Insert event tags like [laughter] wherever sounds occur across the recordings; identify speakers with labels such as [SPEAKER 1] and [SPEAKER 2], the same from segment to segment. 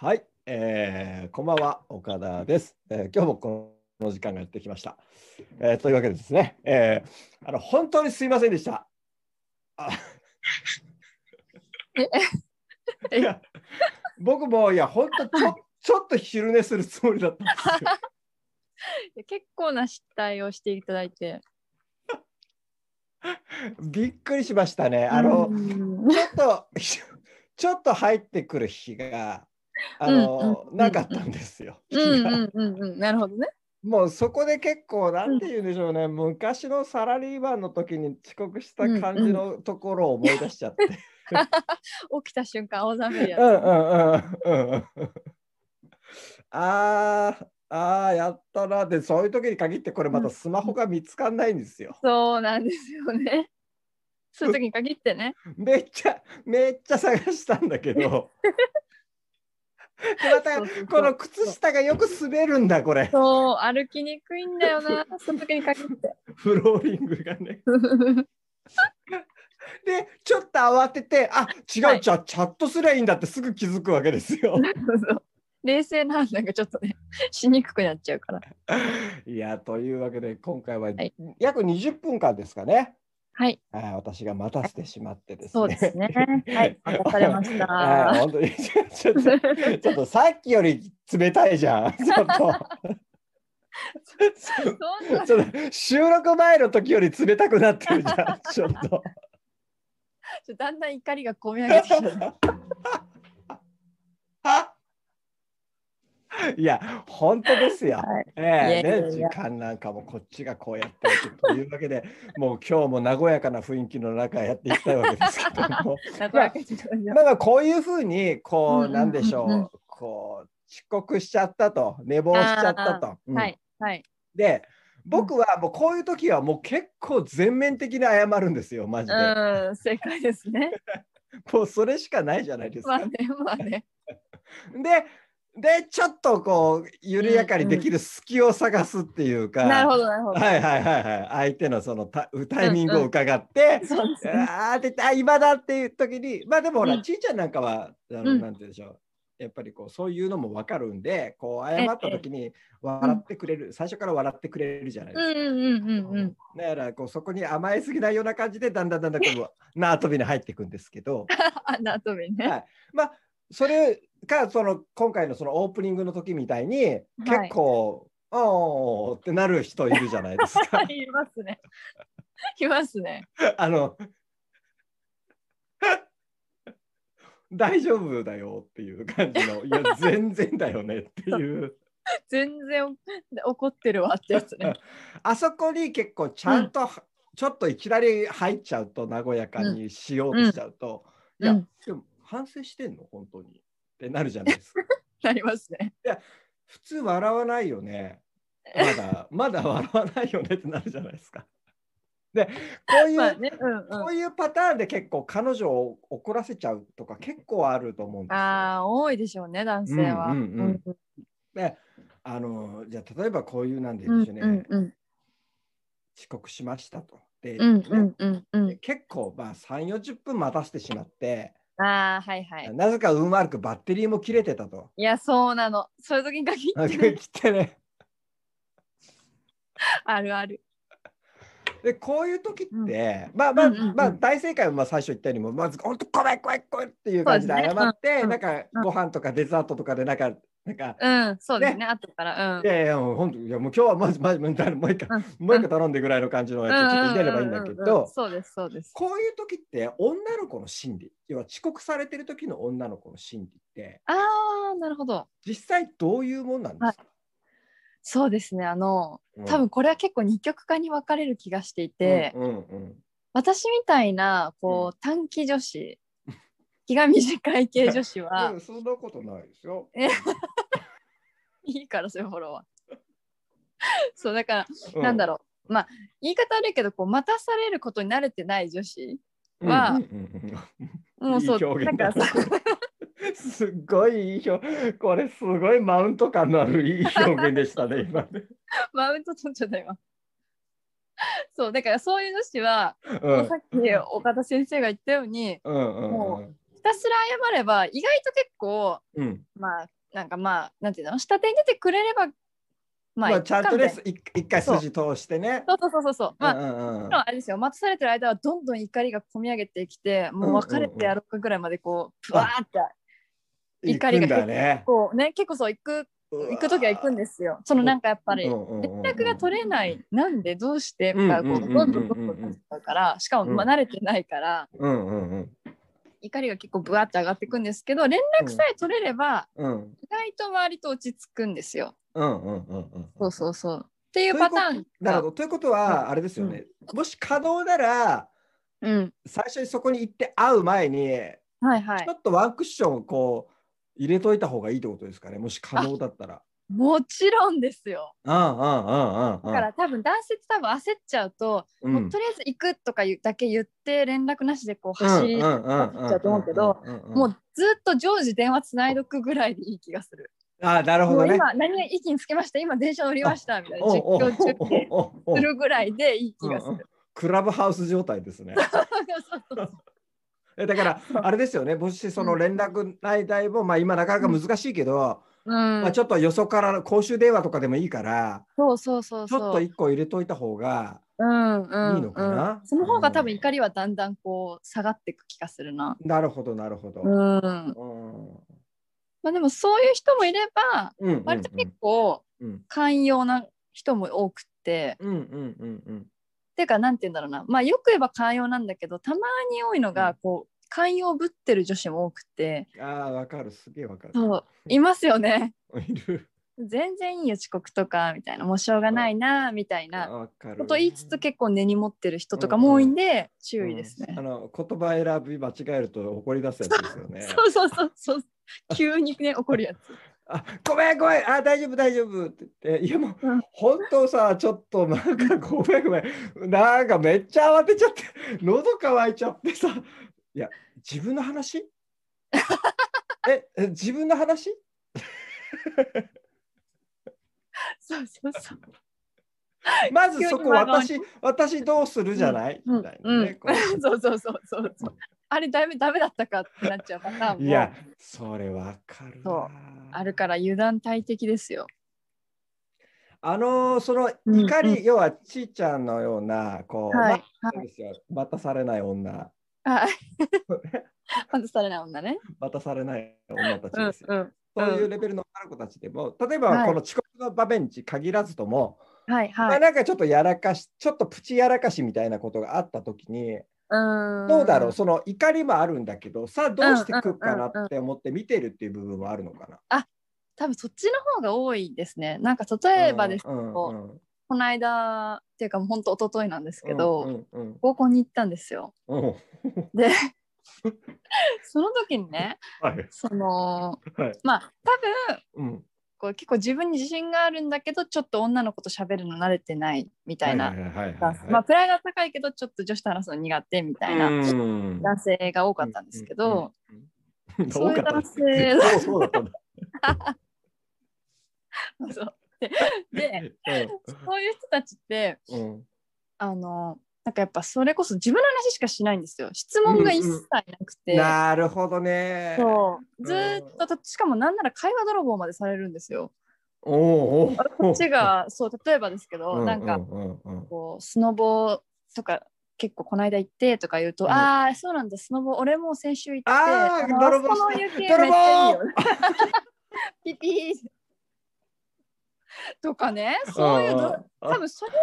[SPEAKER 1] はい、えー、こんばんは、岡田です。えー、今日もこの時間がやってきました。えー、というわけでですね、えー、あの本当にすいませんでした。あいや僕もいや本当ちょちょっと昼寝するつもりだったんです
[SPEAKER 2] よ結構な失態をしていただいて [laughs]
[SPEAKER 1] びっくりしましたねあのちょっとちょっと入ってくる日があの、うんうん、なかったんですよ、
[SPEAKER 2] うんうんうんうん、 [laughs] なるほどね
[SPEAKER 1] もうそこで結構なんて言うんでしょうね、うん、昔のサラリーマンの時に遅刻した感じのところを思い出しちゃって、 [laughs] うんうん
[SPEAKER 2] 起きた瞬間青ざめるや
[SPEAKER 1] つ。うんうんうんうん、あーあーやったなでそういう時に限ってこれまたスマホが見つかんないんですよ。
[SPEAKER 2] うん、そうなんですよね。そういう時に限ってね。
[SPEAKER 1] めっちゃめっちゃ探したんだけど。またこの靴下がよく滑るんだこれ。
[SPEAKER 2] そう歩きにくいんだよなその時に限って。
[SPEAKER 1] フローリングがね。でちょっと慌ててあ違う、はい、じゃチャットすりゃいいんだってすぐ気づくわけですよ。 [laughs]
[SPEAKER 2] 冷静な判断がちょっとねしにくくなっちゃうから。
[SPEAKER 1] いやというわけで今回は、はい、約20分間ですかね。
[SPEAKER 2] はい、
[SPEAKER 1] あ私が待たせてしまってですね。
[SPEAKER 2] そう
[SPEAKER 1] [laughs]
[SPEAKER 2] ですね。はい、待たされました。
[SPEAKER 1] あ
[SPEAKER 2] [laughs]
[SPEAKER 1] 本当に [laughs] ちょっとちょっとさっきより冷たいじゃん。 [laughs] ちょっと。ちょっと収録前の時より冷たくなって [laughs] るじゃん。ちょっと。
[SPEAKER 2] ちょだんだん怒りがこみ上げてきた。
[SPEAKER 1] いや、本当ですよ。はい、えー、ね、時間なんかもこっちがこうやってというわけで、 [laughs] もう今日も和やかな雰囲気の中やっていきたいわけですけども。まあ、まだこういうふうに、こう、なんでしょう、うんうんうん、こう、遅刻しちゃったと、寝坊しちゃったと。
[SPEAKER 2] うん、はい、はい。
[SPEAKER 1] で、僕はもうこういう時はもう結構全面的に謝るんですよマジで。
[SPEAKER 2] うん正解ですね。
[SPEAKER 1] もうそれしかないじゃないですか。
[SPEAKER 2] まあねまあね。
[SPEAKER 1] ででちょっとこう緩やかにできる隙を探すっていうか、うんうん、
[SPEAKER 2] なるほどなるほど
[SPEAKER 1] [laughs] はいはいはいはい相手のそのタタイミングを伺って、 [laughs] うんうんね、ああってあ今だっていう時にまあでもほら、うん、ちいちゃんなんかはあの、なんて言うんでしょう、うんやっぱりこうそういうのも分かるんでこう謝った時に笑ってくれる、最初から笑ってくれるじゃないですか。うんうんうんうん、だからこうそこに甘えすぎないような感じでだんだんだんだんこう [laughs] 縄跳びに入っていくんですけど。、
[SPEAKER 2] 縄跳びね、はい
[SPEAKER 1] まあそれかその今回のそのオープニングの時みたいに結構、はい、おーってなる人いるじゃないですか。
[SPEAKER 2] いますね。いますね。
[SPEAKER 1] あの大丈夫だよっていう感じのいや全然だよねっていう
[SPEAKER 2] 全然怒ってるわってやつ
[SPEAKER 1] [laughs]
[SPEAKER 2] ね
[SPEAKER 1] あそこに結構ちゃんと、うん、ちょっといきなり入っちゃうと和やかにしようとしちゃうと、うんうん、いや、でも反省してんの本当にってなるじゃない [laughs] ですか
[SPEAKER 2] なりますね
[SPEAKER 1] いや普通笑わないよねまだまだ笑わないよねってなるじゃないですかでこういう、まあねうんうん、こういうパターンで結構彼女を怒らせちゃうとか結構あると思うんですよ。
[SPEAKER 2] あ多いでしょうね男性は。うんうんうんうん、
[SPEAKER 1] であのじゃあ例えばこういうなんで言うんでしょうね、うんうんうん、遅刻しましたと。で、うんうんうん、結構まあ3 4 0分待たせてしまって。
[SPEAKER 2] あはいはい、
[SPEAKER 1] なぜか運悪くバッテリーも切れてたと。
[SPEAKER 2] いやそうなの。そういう時に
[SPEAKER 1] [laughs]
[SPEAKER 2] 限って、ね。
[SPEAKER 1] 切ってね。
[SPEAKER 2] あるある。
[SPEAKER 1] でこういう時って、うん、まあまあ、うんうんうん、まあ大正解はまあ最初言ったようにもまず本当ごめんごめんごめんっていう感じで謝って、ねうん、なんかご飯とかデザートとかでなんかなんか、
[SPEAKER 2] うん、そうですね、ね、後から、
[SPEAKER 1] うん、いやいやもう本当いやもう今日はまずまずもう一回、もう一回頼んでぐらいの感じのやつちょっと入れればいいんだけど、
[SPEAKER 2] そうですそうです
[SPEAKER 1] こういう時って女の子の心理要は遅刻されてる時の女の子の心理って
[SPEAKER 2] ああなるほど
[SPEAKER 1] 実際どういうもんなんですか、はい
[SPEAKER 2] そうですねあの、うん、多分これは結構二極化に分かれる気がしていて、うんうんうん、私みたいなこう、短期女子、うん、気が短い系女子は
[SPEAKER 1] そんなことないですよ
[SPEAKER 2] いいからそういうフォローは [laughs] そうだから、うん、なんだろうまあ言い方悪いけどこう待たされることに慣れてない女子は、
[SPEAKER 1] もうそういいだからさ [laughs] すごいいい表これすごいマウント感のあるいい表現でした
[SPEAKER 2] [laughs]
[SPEAKER 1] ね今ね。
[SPEAKER 2] [laughs] マウント取っちゃった今。そうだからそういう女子は、うん、さっき岡田先生が言ったように、うんうんうん、もうひたすら謝れば意外と結構
[SPEAKER 1] うん
[SPEAKER 2] まあなんかまあなんていうの下手に出てくれればま
[SPEAKER 1] まあ、ちゃんと
[SPEAKER 2] で
[SPEAKER 1] ね
[SPEAKER 2] す。
[SPEAKER 1] 一一回筋通してね。
[SPEAKER 2] そうそうそうそうそう。まあ、も
[SPEAKER 1] うんうんうん
[SPEAKER 2] ちろんあれですよ待たされてる間はどんどん怒りが込み上げてきてもう別れてやろうかぐらいまでこうぶわーって怒りが
[SPEAKER 1] 行くんだね。
[SPEAKER 2] こうね結構そう行く行く時は行くん
[SPEAKER 1] で
[SPEAKER 2] ですよ。そのなんかやっぱり
[SPEAKER 1] 連
[SPEAKER 2] 連絡が取れないなんでどうして
[SPEAKER 1] うん
[SPEAKER 2] とかこ
[SPEAKER 1] うん
[SPEAKER 2] う
[SPEAKER 1] うん
[SPEAKER 2] どんどんどんどんなっちゃうからしかもまあ
[SPEAKER 1] うん
[SPEAKER 2] 慣れてないから
[SPEAKER 1] うんうんうん
[SPEAKER 2] 怒りが結構ぶわって上がってくんですけど連絡さえ取れれば
[SPEAKER 1] うん
[SPEAKER 2] 意外と周りと落ち着くんですよ。
[SPEAKER 1] うんうんうんうん
[SPEAKER 2] そうそうそう。っていうパターン
[SPEAKER 1] なる
[SPEAKER 2] が
[SPEAKER 1] ほど。ということはあれですよね。もし可能なら
[SPEAKER 2] うん
[SPEAKER 1] 最初にそこに行って会う前にち
[SPEAKER 2] はいはい
[SPEAKER 1] ょ。っとワンクッションこう入れといた方がいいってことですかね。もし可能だったら。
[SPEAKER 2] もちろんですよ。
[SPEAKER 1] うんうんうんうんうん。
[SPEAKER 2] だから多分男性って多分焦っちゃうと、
[SPEAKER 1] う
[SPEAKER 2] もうとりあえず行くとかいうだけ言って連絡なしでこう走り、走っちゃうと思うけど、
[SPEAKER 1] んんんんん
[SPEAKER 2] もうずっと常時電話つないどくぐらいでいい気がする。
[SPEAKER 1] ああなるほ
[SPEAKER 2] も
[SPEAKER 1] ど
[SPEAKER 2] う
[SPEAKER 1] ね。
[SPEAKER 2] 今何が息につけました今電車乗りましたみたいな実
[SPEAKER 1] おうおう
[SPEAKER 2] 況中継
[SPEAKER 1] おうおうおう
[SPEAKER 2] するぐらいでいい気がす
[SPEAKER 1] うんうん
[SPEAKER 2] る。
[SPEAKER 1] クラブハウス状態ですね。
[SPEAKER 2] そうそうそう
[SPEAKER 1] えだからあれですよね、もしその連絡内代も、まあ、今なかなか難しいけど、
[SPEAKER 2] うん
[SPEAKER 1] まあ、ちょっとよそからの公衆電話とかでもいいから、
[SPEAKER 2] そうそうそう
[SPEAKER 1] ちょっと
[SPEAKER 2] そう。
[SPEAKER 1] 一個入れといた方が、
[SPEAKER 2] うんうん
[SPEAKER 1] いいのかな
[SPEAKER 2] うんその方が多分怒りはだんだんこう下がっていく気がするな。
[SPEAKER 1] なるほど、なるほど。
[SPEAKER 2] うん。ま
[SPEAKER 1] うん
[SPEAKER 2] あでもそういう人もいれば、
[SPEAKER 1] うんうん
[SPEAKER 2] 割と結
[SPEAKER 1] うん
[SPEAKER 2] 構、寛容な人も多くて
[SPEAKER 1] うんうんうんうん
[SPEAKER 2] ていうかなんて言うんだろうなまあよく言えば寛容なんだけどたまに多いの
[SPEAKER 1] うん
[SPEAKER 2] がこう寛容ぶってる女子も多くて
[SPEAKER 1] うんああ、わかる、すげえわかる。
[SPEAKER 2] そういますよね
[SPEAKER 1] いる。
[SPEAKER 2] 全然いいよ遅刻とかみたいなもうしょうがないなみたいな
[SPEAKER 1] わかる。
[SPEAKER 2] こと言いつつ結構根に持ってる人とかも多いんで注意です
[SPEAKER 1] う
[SPEAKER 2] ね
[SPEAKER 1] んあ。の言葉選び間違えると怒り出すやつですよね。
[SPEAKER 2] そうそうそうそう急にね怒るやつ。
[SPEAKER 1] あごめんごめんあ大丈夫大丈夫って言っていやもう、
[SPEAKER 2] うん
[SPEAKER 1] 本当さちょっとなんかごめんごめんなんかめっちゃ慌てちゃって喉乾いちゃってさいや自分の話
[SPEAKER 2] [laughs]
[SPEAKER 1] ええ自分の話
[SPEAKER 2] そうそうそう。
[SPEAKER 1] まずそこ
[SPEAKER 2] 急に真顔に
[SPEAKER 1] 私私どうするじゃない、
[SPEAKER 2] うん
[SPEAKER 1] みたいなね、こう
[SPEAKER 2] そうそうそうそうそう。あれだいぶダメだったかってなっちゃうパターン
[SPEAKER 1] い
[SPEAKER 2] も
[SPEAKER 1] やそれわかる
[SPEAKER 2] そ
[SPEAKER 1] な
[SPEAKER 2] うあるから油断大敵ですよ。
[SPEAKER 1] あのーその
[SPEAKER 2] うんうん
[SPEAKER 1] 怒り、要はちーちゃんのようなこう、
[SPEAKER 2] はい
[SPEAKER 1] まあそうですよ待たされない女 [laughs]
[SPEAKER 2] はい。まずされない女ね。
[SPEAKER 1] 待たされない女たち
[SPEAKER 2] う
[SPEAKER 1] で
[SPEAKER 2] ん
[SPEAKER 1] すよ、
[SPEAKER 2] うん。
[SPEAKER 1] そういうレベルの女の子たちでも、例え
[SPEAKER 2] は
[SPEAKER 1] ば
[SPEAKER 2] い
[SPEAKER 1] この遅刻の場面に限らずとも、
[SPEAKER 2] はい
[SPEAKER 1] ま
[SPEAKER 2] は
[SPEAKER 1] あ
[SPEAKER 2] い。
[SPEAKER 1] なんかちょっとやらかし、ちょっとプチやらかしみたいなことがあったときに、
[SPEAKER 2] うん。
[SPEAKER 1] どうだろう、その怒りもあるんだけど、さあどうしてくっかなって思って見てるっていう部分もあるのかな。
[SPEAKER 2] 多分そっちの方が多いですね。なんか例えばです。
[SPEAKER 1] うんうん
[SPEAKER 2] こ
[SPEAKER 1] うん
[SPEAKER 2] この間っていうかもう本当一昨日なんですけど、
[SPEAKER 1] うんうん
[SPEAKER 2] 合コンに行ったんですよ。
[SPEAKER 1] うんうん
[SPEAKER 2] でその時
[SPEAKER 1] [laughs]
[SPEAKER 2] にね
[SPEAKER 1] はい
[SPEAKER 2] その、
[SPEAKER 1] はい
[SPEAKER 2] まあ多分
[SPEAKER 1] うん
[SPEAKER 2] こう結構自分に自信があるんだけどちょっと女の子と喋るの慣れてないみたいな。
[SPEAKER 1] はいはいはいはいはい
[SPEAKER 2] まあプライドは高いけどちょっと女子と話すの苦手みたいな
[SPEAKER 1] うん
[SPEAKER 2] 男性が多かったんですけど、
[SPEAKER 1] うんうん
[SPEAKER 2] そういう男性
[SPEAKER 1] 多かったそうそうだったんだ
[SPEAKER 2] [laughs] そうで [laughs] でそういう人たちって
[SPEAKER 1] うんうん
[SPEAKER 2] あのなんかやっぱそれこそ自分の話しかしないんですよ質問が一切なくて、
[SPEAKER 1] なるほどね。
[SPEAKER 2] そうずーっとたしかもなんなら会話泥棒までされるんですよ。
[SPEAKER 1] おうおう
[SPEAKER 2] こっちがそう例えばですけど、なんか
[SPEAKER 1] うんうん
[SPEAKER 2] こうスノボとか結構この間行ってとか言うと、
[SPEAKER 1] うん
[SPEAKER 2] ああそうなんだスノボ俺も先週行って
[SPEAKER 1] あー
[SPEAKER 2] の
[SPEAKER 1] 泥棒
[SPEAKER 2] あそこ
[SPEAKER 1] し
[SPEAKER 2] の
[SPEAKER 1] て
[SPEAKER 2] 雪めっち
[SPEAKER 1] 泥棒
[SPEAKER 2] ゃいいよピ [laughs] ピーとかねそういうど多分それ本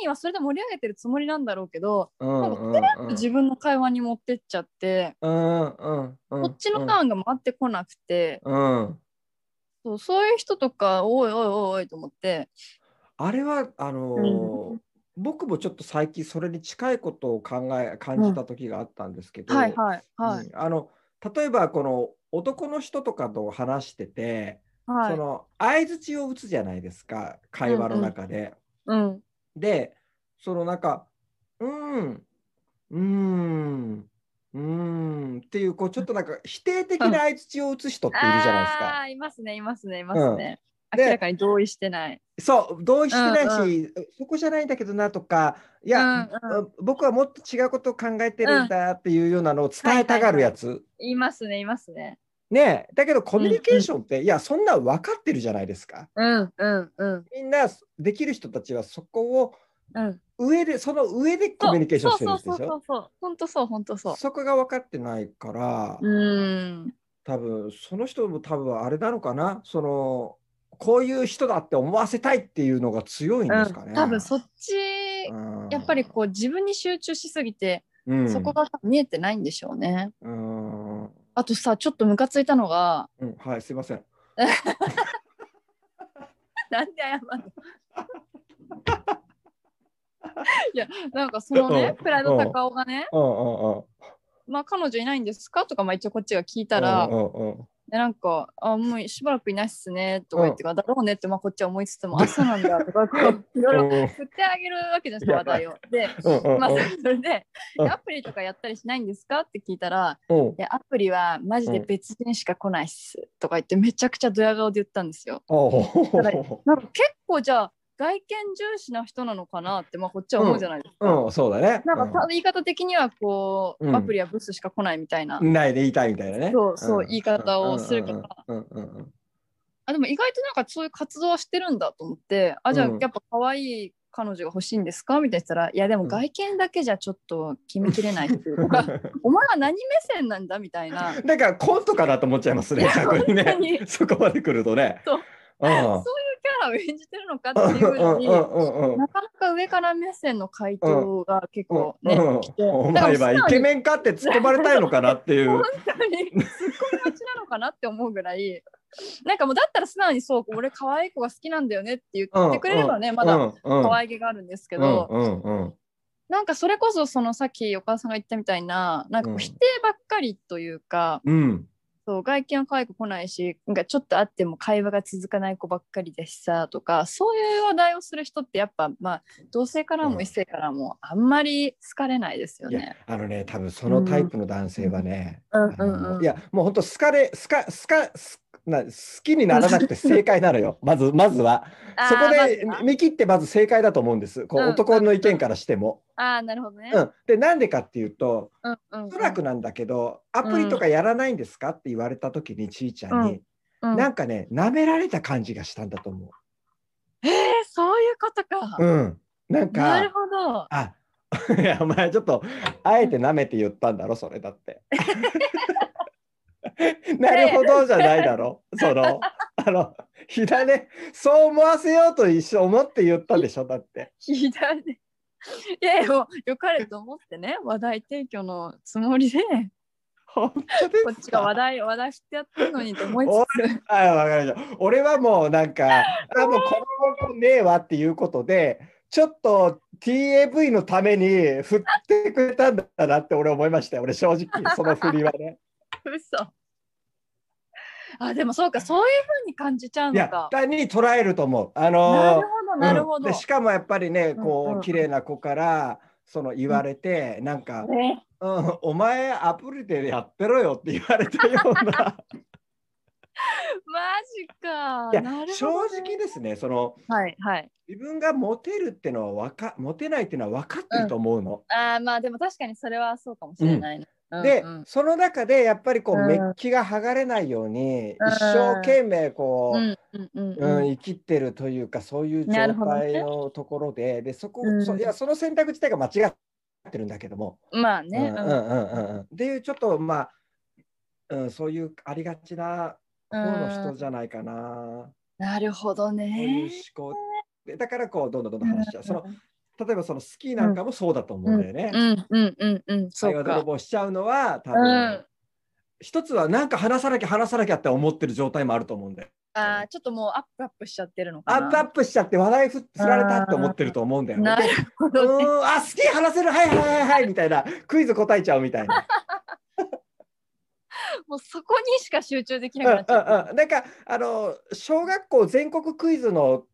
[SPEAKER 2] 人はそれで盛り上げてるつもりなんだろうけど、
[SPEAKER 1] 分
[SPEAKER 2] 自分の会話に持ってっちゃって、
[SPEAKER 1] 分こ
[SPEAKER 2] こっちのターンが回ってこなくて、
[SPEAKER 1] うん
[SPEAKER 2] そうそういう人とかおいおいおいおいと思って
[SPEAKER 1] あれはあのー僕もちょっと最近それに近いことを考え感じた時があったんですけど、
[SPEAKER 2] はいはいはい、
[SPEAKER 1] うんあの例えばこの男の人とかと話してて、
[SPEAKER 2] はい
[SPEAKER 1] その相槌を打つじゃないですか会話の中で。
[SPEAKER 2] うん
[SPEAKER 1] で、そのなんか、うーん、うーん、うーんっていう、こう、ちょっとなんか否定的な相槌を打つ人っているじゃないです
[SPEAKER 2] あ
[SPEAKER 1] か。
[SPEAKER 2] ーいますねいますねいますね、
[SPEAKER 1] で
[SPEAKER 2] 明らかに同意してない
[SPEAKER 1] そう同意してないし、そこじゃないんだけどなとかいや、
[SPEAKER 2] うん
[SPEAKER 1] 僕はもっと違うことを考えてるんだっていうようなのを伝えたがるやつ、
[SPEAKER 2] いますねいますね。
[SPEAKER 1] ねだけどコミュニケーションって、いやそんなの分かってるじゃないですか
[SPEAKER 2] うんうんうん
[SPEAKER 1] みんなできる人たちはそこを
[SPEAKER 2] うん。
[SPEAKER 1] 上でその上でコミュニケーションしてるんです
[SPEAKER 2] そう
[SPEAKER 1] でし
[SPEAKER 2] そうそう
[SPEAKER 1] ょ
[SPEAKER 2] そう。本当そう本当そう。
[SPEAKER 1] そこが分かってないから、
[SPEAKER 2] うん。
[SPEAKER 1] 多分その人も多分あれなのかなそのこういう人だって思わせたいっていうのが強いんですかね。
[SPEAKER 2] うん、多分そっち、
[SPEAKER 1] うん
[SPEAKER 2] やっぱりこう自分に集中しすぎて、
[SPEAKER 1] うん
[SPEAKER 2] そこが見えてないんでしょうね。
[SPEAKER 1] うんうん
[SPEAKER 2] あとさちょっとムカついたのが
[SPEAKER 1] はいすいません。
[SPEAKER 2] [laughs] なんで謝るの [laughs] いやなんかそのね
[SPEAKER 1] うん
[SPEAKER 2] プライド高尾がね
[SPEAKER 1] うんうんうん。
[SPEAKER 2] 「まあ彼女いないんですか?」とかまあ一応こっちが聞いた
[SPEAKER 1] う
[SPEAKER 2] ら
[SPEAKER 1] んうんうん
[SPEAKER 2] 「でなんかあもうしばらくいないっすね」とか言ってから「だろうね」ってまあこっちは思いつ
[SPEAKER 1] [laughs]
[SPEAKER 2] つも「あそうなんだ」とかこういろいろ
[SPEAKER 1] うん
[SPEAKER 2] 振ってあげるわけじゃないですか話題を。で
[SPEAKER 1] うんうん
[SPEAKER 2] まあ、
[SPEAKER 1] う
[SPEAKER 2] そ
[SPEAKER 1] ん
[SPEAKER 2] れで
[SPEAKER 1] うん
[SPEAKER 2] アプリとかやったりしないんですかって聞いたら
[SPEAKER 1] うん
[SPEAKER 2] いやアプリはマジで別人しか来ないっすとか言ってめちゃくちゃドヤ顔で言ったんですよ。
[SPEAKER 1] おう
[SPEAKER 2] ただなんか結構じゃあ外見重視な人なのかなって、まあ、こっちは思うじゃないですか。
[SPEAKER 1] うんそうだね。
[SPEAKER 2] なんかた言い方的にはこう、
[SPEAKER 1] うん
[SPEAKER 2] アプリはブスしか来ないみたいな、
[SPEAKER 1] うんないで言いたいみたいなね。
[SPEAKER 2] そうそうん言い方をするから。
[SPEAKER 1] うんうんうん
[SPEAKER 2] あでも意外となんかそういう活動はしてるんだと思ってあじゃあ
[SPEAKER 1] うん
[SPEAKER 2] やっぱ可愛い彼女が欲しいんですかみたいな言ったらいやでも外見だけじゃちょっと決めきれないっていう
[SPEAKER 1] う
[SPEAKER 2] と
[SPEAKER 1] ん [laughs]
[SPEAKER 2] かお前は何目線なんだみたいな。
[SPEAKER 1] なんかコントかなと思っちゃいますね。逆に
[SPEAKER 2] 本当
[SPEAKER 1] ね。
[SPEAKER 2] に
[SPEAKER 1] [laughs] そこまで来るとね。
[SPEAKER 2] そう
[SPEAKER 1] うん
[SPEAKER 2] そういうキャラを演じてるのかっ
[SPEAKER 1] う
[SPEAKER 2] て
[SPEAKER 1] ん
[SPEAKER 2] いうのに、な
[SPEAKER 1] うんうん
[SPEAKER 2] かなか上から目線の回答が結構
[SPEAKER 1] う
[SPEAKER 2] ね、
[SPEAKER 1] ん
[SPEAKER 2] 来て、
[SPEAKER 1] お
[SPEAKER 2] だか
[SPEAKER 1] 前
[SPEAKER 2] ら
[SPEAKER 1] はイ
[SPEAKER 2] 素直に
[SPEAKER 1] ケメンかって突っ込まれたいのかなって
[SPEAKER 2] [laughs]
[SPEAKER 1] いう
[SPEAKER 2] 本。当にツッコミ待ちなのかなって思うぐらい、なんかもうだったら素直にそう、俺可愛い子が好きなんだよねって言ってくれればね、まだ可
[SPEAKER 1] 可い
[SPEAKER 2] 愛げがあるんですけど、
[SPEAKER 1] うんうん
[SPEAKER 2] なんかそれこそそのさっきお母さんが言ったみたいな、なんか
[SPEAKER 1] う
[SPEAKER 2] こ
[SPEAKER 1] ん
[SPEAKER 2] う否定ばっかりというか、
[SPEAKER 1] うん。
[SPEAKER 2] そう外見は可愛く来ないし、なんかちょっと会っても会話が続かない子ばっかりだしさとか、そういう話題をする人ってやっぱまあ同性から
[SPEAKER 1] う
[SPEAKER 2] も
[SPEAKER 1] ん
[SPEAKER 2] 異性からもあんまり好かれないですよ
[SPEAKER 1] いや
[SPEAKER 2] ね。
[SPEAKER 1] あのね多分そのタイプの男性はね、
[SPEAKER 2] うん
[SPEAKER 1] あの
[SPEAKER 2] うんうん。
[SPEAKER 1] いやもう本当好かれ好か好かすな好きにならなくて正解なの
[SPEAKER 2] [laughs]
[SPEAKER 1] よまずまずは
[SPEAKER 2] あー
[SPEAKER 1] そこ
[SPEAKER 2] ま
[SPEAKER 1] で
[SPEAKER 2] ずは
[SPEAKER 1] 見切ってまず正解だと思うんですこう
[SPEAKER 2] うん
[SPEAKER 1] 男の意見からしても。
[SPEAKER 2] ああなるほどね。
[SPEAKER 1] うん、でなんでかっていうと
[SPEAKER 2] うんうん
[SPEAKER 1] おそらくなんだけどアプリとかやらないんですかって言われた時にちいちゃんに、
[SPEAKER 2] うん
[SPEAKER 1] なんかね舐められた感じがしたんだと思
[SPEAKER 2] えー、そういうことか。
[SPEAKER 1] う。うん、なんか
[SPEAKER 2] なるほど。
[SPEAKER 1] あ [laughs] いやお前ちょっとあえて舐めて言ったんだろそれだって [laughs] なるほどじゃないだろそ [laughs] のあのひだねそう思わせようと一緒思って言ったでしょだって
[SPEAKER 2] ひだね。 [laughs] いやいやもうよかれと思ってね話題提供のつもりで
[SPEAKER 1] [laughs] 本当ですか
[SPEAKER 2] こっちが話題話題してやってるのにと思いつつ
[SPEAKER 1] あわかりました俺はもうなん [laughs] かあもうこの子ねえわっていうことでちょっと TAV のために振ってくれたんだなって俺思いましたよ俺正直その振りはね [laughs]
[SPEAKER 2] 嘘あでもそうかそういう風に感じちゃう
[SPEAKER 1] い
[SPEAKER 2] の
[SPEAKER 1] や
[SPEAKER 2] か
[SPEAKER 1] 単に捉えると思うあの
[SPEAKER 2] なるほどなるほ
[SPEAKER 1] うん
[SPEAKER 2] ど、
[SPEAKER 1] でしかもやっぱりね
[SPEAKER 2] うんうん
[SPEAKER 1] こ
[SPEAKER 2] うん
[SPEAKER 1] う綺麗な子からその言われて、なんか、
[SPEAKER 2] ね
[SPEAKER 1] うん「お前アプリでやってろよ」って言われたよ
[SPEAKER 2] [laughs]
[SPEAKER 1] うな
[SPEAKER 2] マ
[SPEAKER 1] い
[SPEAKER 2] ジか
[SPEAKER 1] や
[SPEAKER 2] なるほど、ね、
[SPEAKER 1] 正直ですねその
[SPEAKER 2] はいはい
[SPEAKER 1] 自分がモテるってのはわかモテないってのは分かってると思うの。
[SPEAKER 2] あーまあでも確かにそれはそうかもしれないな、うん
[SPEAKER 1] で、
[SPEAKER 2] うん
[SPEAKER 1] その中でやっぱりこう、
[SPEAKER 2] うん
[SPEAKER 1] メッキが剥がれないように、一生懸命こう、
[SPEAKER 2] うんうんうん
[SPEAKER 1] う、
[SPEAKER 2] うんん
[SPEAKER 1] 生きてるというかそういう状
[SPEAKER 2] なるほどね
[SPEAKER 1] 態のところで,、でそこ、
[SPEAKER 2] うん
[SPEAKER 1] そいやその選択自体が間違ってるんだけども、
[SPEAKER 2] まあ
[SPEAKER 1] う
[SPEAKER 2] ね、
[SPEAKER 1] んうんうんうんうんでちょっとまあ、うん、そういうありがちな
[SPEAKER 2] う
[SPEAKER 1] 方
[SPEAKER 2] ん
[SPEAKER 1] の人じゃないかな、
[SPEAKER 2] なるほど
[SPEAKER 1] こういう
[SPEAKER 2] ね。
[SPEAKER 1] 思考でだからこうどんどんどんどん話しちゃう、その例えばその好きなんかもそうだと思うんだよね、
[SPEAKER 2] うんうんうんうん、そ
[SPEAKER 1] 会話
[SPEAKER 2] う
[SPEAKER 1] 泥
[SPEAKER 2] か。
[SPEAKER 1] 棒しちゃうのは多分、
[SPEAKER 2] うん、
[SPEAKER 1] 一つはなんか話さなきゃ話さなきゃって思ってる状態もあると思うんだよ
[SPEAKER 2] あーちょっともうアップアップしちゃってるの
[SPEAKER 1] ア
[SPEAKER 2] かな。
[SPEAKER 1] ップアップしちゃって話題振られたって思ってると思うんだよね
[SPEAKER 2] なるほ
[SPEAKER 1] う
[SPEAKER 2] どね。
[SPEAKER 1] ーんあ好き話せるはいはいはいはいみたいなクイズ答えちゃうみたいな。
[SPEAKER 2] もうそこにしか集中でき
[SPEAKER 1] う
[SPEAKER 2] [laughs] なん
[SPEAKER 1] うん
[SPEAKER 2] くなっちゃう。
[SPEAKER 1] うんなんかあの小学校全国クイズの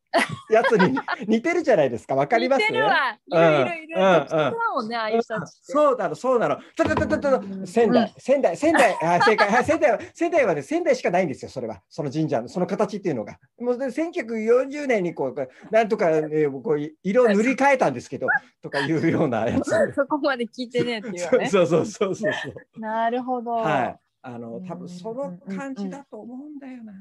[SPEAKER 1] やつに似てるじゃないですか。わかります
[SPEAKER 2] 似てるわ。いるいるいる。
[SPEAKER 1] うんうんうん
[SPEAKER 2] 独特だもんね、ああいう人たちって。
[SPEAKER 1] そうなの、そうなの。たたたたた
[SPEAKER 2] うん
[SPEAKER 1] 仙
[SPEAKER 2] うん
[SPEAKER 1] 台、仙台、仙台、あ正解、はい仙台は、仙台はね、仙台しかないんですよ、それは。その神社の、その形っていうのが。もうで1940年にこうこう、なんとか、えーこう色を塗り替えたんですけど、とかいうようなやつ。
[SPEAKER 2] [laughs] そこまで聞いてねえっていうよね。
[SPEAKER 1] そうそうそうそうそう。
[SPEAKER 2] なるほど。
[SPEAKER 1] はい。あの、多
[SPEAKER 2] うん
[SPEAKER 1] 分その感じだと思うんだよな。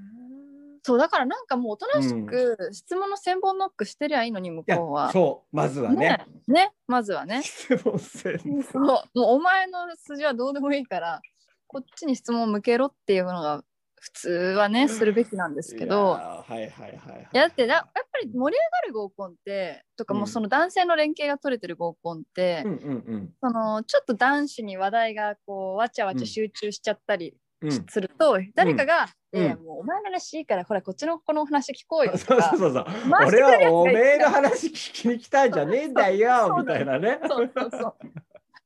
[SPEAKER 2] そうだからなんかもうおとなしく質問の千本ノックしてりゃいいのに向
[SPEAKER 1] いや
[SPEAKER 2] こうは。
[SPEAKER 1] そう、まずはね。
[SPEAKER 2] ねねまずはね。
[SPEAKER 1] 質問せん
[SPEAKER 2] そうもうお前の筋はどうでもいいからこっちに質問を向けろっていうのが普通はねするべきなんですけ
[SPEAKER 1] いや
[SPEAKER 2] ど。
[SPEAKER 1] ーはいはいはいはい。
[SPEAKER 2] いやだってだやっぱり盛り上がる合コンってとかもううんその男性の連携が取れてる合コンって、
[SPEAKER 1] うんうん
[SPEAKER 2] そのちょっと男子に話題がこうわちゃわ
[SPEAKER 1] う
[SPEAKER 2] ちゃ
[SPEAKER 1] ん
[SPEAKER 2] 集中しちゃったり
[SPEAKER 1] うん。うん
[SPEAKER 2] すると、誰かが「
[SPEAKER 1] うん
[SPEAKER 2] いやいやもうお前の話いいからほらこっちのこの話聞こうよ」
[SPEAKER 1] [laughs]
[SPEAKER 2] と
[SPEAKER 1] そう
[SPEAKER 2] か
[SPEAKER 1] そうそうそう。
[SPEAKER 2] 回して
[SPEAKER 1] 俺
[SPEAKER 2] くれるやつがいた
[SPEAKER 1] はおめえの話聞きに来たんじゃねえんだよ
[SPEAKER 2] そうそう
[SPEAKER 1] みたいなね。
[SPEAKER 2] そうそうそう。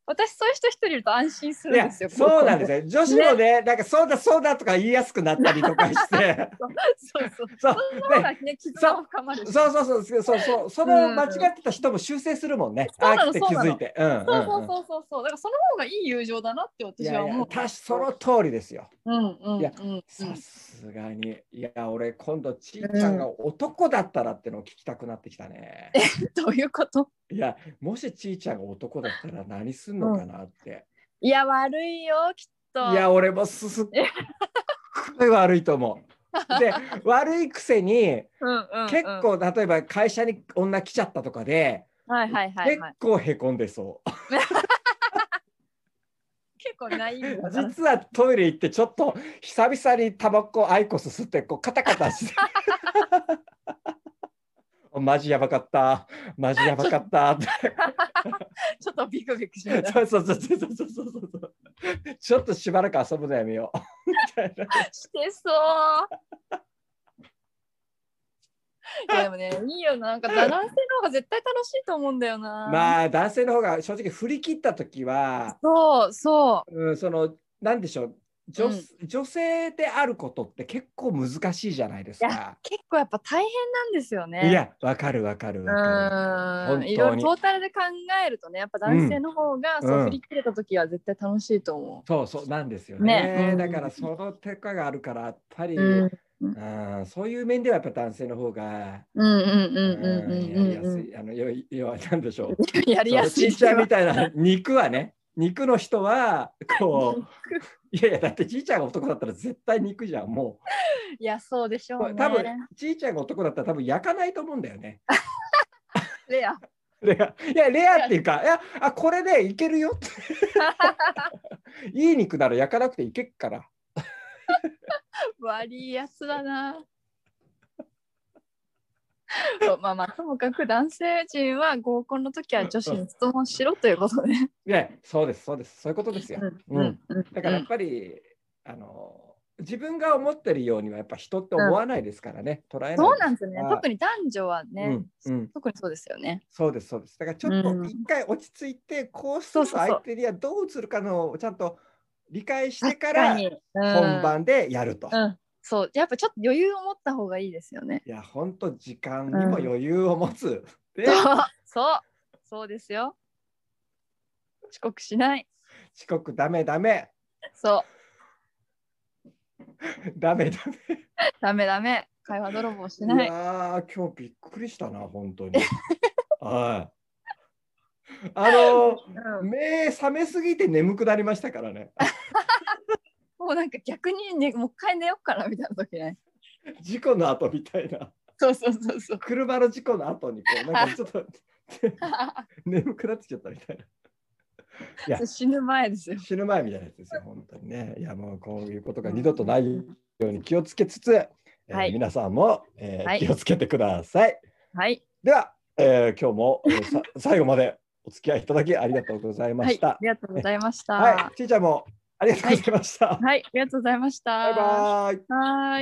[SPEAKER 2] 私そういう人一人いると安心す
[SPEAKER 1] い
[SPEAKER 2] るん
[SPEAKER 1] や
[SPEAKER 2] ですよ。。
[SPEAKER 1] そうなんですすよ。女子もね、なんかそうだそうだとか言いやすくなったりとか
[SPEAKER 2] [laughs]
[SPEAKER 1] して、
[SPEAKER 2] そうそう。
[SPEAKER 1] そう
[SPEAKER 2] その方がね、絆も深まるし。
[SPEAKER 1] そうそうそうそうそう、その間違ってた人も修正するもんね。
[SPEAKER 2] そう
[SPEAKER 1] あ
[SPEAKER 2] なの
[SPEAKER 1] あって気づいて。うんうん
[SPEAKER 2] そうそう
[SPEAKER 1] うん。
[SPEAKER 2] そうそうそう。だからその方がいい友情だなって
[SPEAKER 1] い
[SPEAKER 2] 私
[SPEAKER 1] や
[SPEAKER 2] はい思
[SPEAKER 1] や、
[SPEAKER 2] う。
[SPEAKER 1] たしその通りですよ。
[SPEAKER 2] うんうんうん。
[SPEAKER 1] いや
[SPEAKER 2] うん
[SPEAKER 1] さすがに、いや、俺今度ちーちゃんが男だったらってのを聞きたくなってきたね。
[SPEAKER 2] どういうこと？
[SPEAKER 1] いや、もしちーちゃんが男だったら何すんのかなって。
[SPEAKER 2] いや悪いよきっと。
[SPEAKER 1] いや、俺もすすっごい悪いと思う。
[SPEAKER 2] [laughs]
[SPEAKER 1] で、悪いくせに、
[SPEAKER 2] うんうんうん
[SPEAKER 1] 結構、例えば会社に女来ちゃったとかで、
[SPEAKER 2] はいはいはいはい
[SPEAKER 1] 結。構へこんでそう。
[SPEAKER 2] 結構ないんだか
[SPEAKER 1] [laughs]
[SPEAKER 2] ら。
[SPEAKER 1] 実はトイレ行って、ちょっと久々にタバコアイコス吸って、こう、カタカタして。 [laughs] マジやばかった。マジやばかった。って
[SPEAKER 2] [laughs] ちょっとビクビクしながら
[SPEAKER 1] そうそうそうそうそうそうそう。ちょっとしばらく遊ぶのやめよう。みたいな。
[SPEAKER 2] [laughs] して [laughs] そう。いやでもね、いいよな。なんか男性の方が絶対楽しいと思うんだよな。
[SPEAKER 1] まあ男性の方が正直振り切った時は、
[SPEAKER 2] そうそう。
[SPEAKER 1] うん、そのなんでしょう女,、
[SPEAKER 2] うん
[SPEAKER 1] 女性であることって結構難しいじゃないですか。
[SPEAKER 2] 結構やっぱ大変なんですよね。
[SPEAKER 1] いやわかるわかる
[SPEAKER 2] う
[SPEAKER 1] わかる。
[SPEAKER 2] ーん。いろいろトータルで考えるとね、やっぱ男性の方が、
[SPEAKER 1] うん
[SPEAKER 2] そう
[SPEAKER 1] うん
[SPEAKER 2] 振り切れた時は絶対楽しいと思
[SPEAKER 1] そうそうなんですよね。
[SPEAKER 2] ねうん
[SPEAKER 1] だからその手間があるからやっぱり、
[SPEAKER 2] う。うん、
[SPEAKER 1] うんそういう面ではやっぱ男性の方が、
[SPEAKER 2] うん、うん、
[SPEAKER 1] う
[SPEAKER 2] うん、うん、
[SPEAKER 1] やりや
[SPEAKER 2] う
[SPEAKER 1] す
[SPEAKER 2] ん
[SPEAKER 1] いあのよい要はなんでしょう。
[SPEAKER 2] うん。やりやす
[SPEAKER 1] そ
[SPEAKER 2] い。
[SPEAKER 1] うちいちゃんみたいな肉はね、肉の人は、こう、いやいや、だってちいちゃんが男だったら絶対肉じゃん、も
[SPEAKER 2] いや、そうでしょ
[SPEAKER 1] う。こ
[SPEAKER 2] う
[SPEAKER 1] れ
[SPEAKER 2] ね。
[SPEAKER 1] 多分、ちいちゃんが男だったら多分焼かないと思うんだよね。
[SPEAKER 2] レア。
[SPEAKER 1] レアいや、レアっていうか、いや、あ、これでいける
[SPEAKER 2] [laughs]
[SPEAKER 1] よって。いい肉なら焼かなくていけっから。
[SPEAKER 2] 割安だな。 [laughs] まあまあ、ともかく男性陣は合コンの時は女子に質問しろということで。
[SPEAKER 1] ね、そうです、そうです、そういうことですよ。
[SPEAKER 2] うん、うん、うん。
[SPEAKER 1] だからやっぱり、あの、自分が思ってるようにはやっぱ人って思わないですからね、捉えないです
[SPEAKER 2] そうなんですよね
[SPEAKER 1] あ。ー
[SPEAKER 2] 特に男女はね、
[SPEAKER 1] うんうん
[SPEAKER 2] 特にそうですよね。
[SPEAKER 1] そうです、そうです。だからちょっ
[SPEAKER 2] うん
[SPEAKER 1] と一回落ち着いて、こうすると
[SPEAKER 2] そうそうそう
[SPEAKER 1] 相手にはどう映るかのをちゃんと理解してか
[SPEAKER 2] 確
[SPEAKER 1] ら
[SPEAKER 2] かに、
[SPEAKER 1] 本番でやると。
[SPEAKER 2] うん、うん、そうやっぱちょっと余裕を持った方がいいですよね
[SPEAKER 1] いや、本当時間にも余裕を持
[SPEAKER 2] [laughs]
[SPEAKER 1] つ。で
[SPEAKER 2] そうそうそうですよ遅刻しない
[SPEAKER 1] 遅刻ダメダメ、
[SPEAKER 2] そ
[SPEAKER 1] ダメダ
[SPEAKER 2] うダメダメ会話泥棒しな
[SPEAKER 1] メ。い
[SPEAKER 2] い
[SPEAKER 1] やー、今日びっくりしたな、本当に。はい。あの
[SPEAKER 2] うん
[SPEAKER 1] 目覚めすぎて眠くなりましたからね。 [laughs]
[SPEAKER 2] もうなんか逆に、ね、もう一回寝ようかなみたいな時ね
[SPEAKER 1] 事故の後みたいな。
[SPEAKER 2] そうそうそうそう
[SPEAKER 1] 車の事故の後にこう、なんかちょっと眠くなってきちゃったみたいな。や
[SPEAKER 2] 死ぬ前ですよ
[SPEAKER 1] 死ぬ前みたいなやつですよ、本当にね。いや、もうこういうことが二度とないように気をつけつつ、えー
[SPEAKER 2] はい
[SPEAKER 1] 皆さんも、えー
[SPEAKER 2] はい
[SPEAKER 1] 気をつけてください。
[SPEAKER 2] はい
[SPEAKER 1] では、えー今日も、えーさ [laughs] 最後までお付き合いいただきありがとうございま
[SPEAKER 2] は
[SPEAKER 1] し
[SPEAKER 2] い
[SPEAKER 1] た
[SPEAKER 2] あ。りがとうございました
[SPEAKER 1] はい、ちいちゃんもありがとうございました。
[SPEAKER 2] はい、ありがとうございました
[SPEAKER 1] バイバイ。
[SPEAKER 2] はーい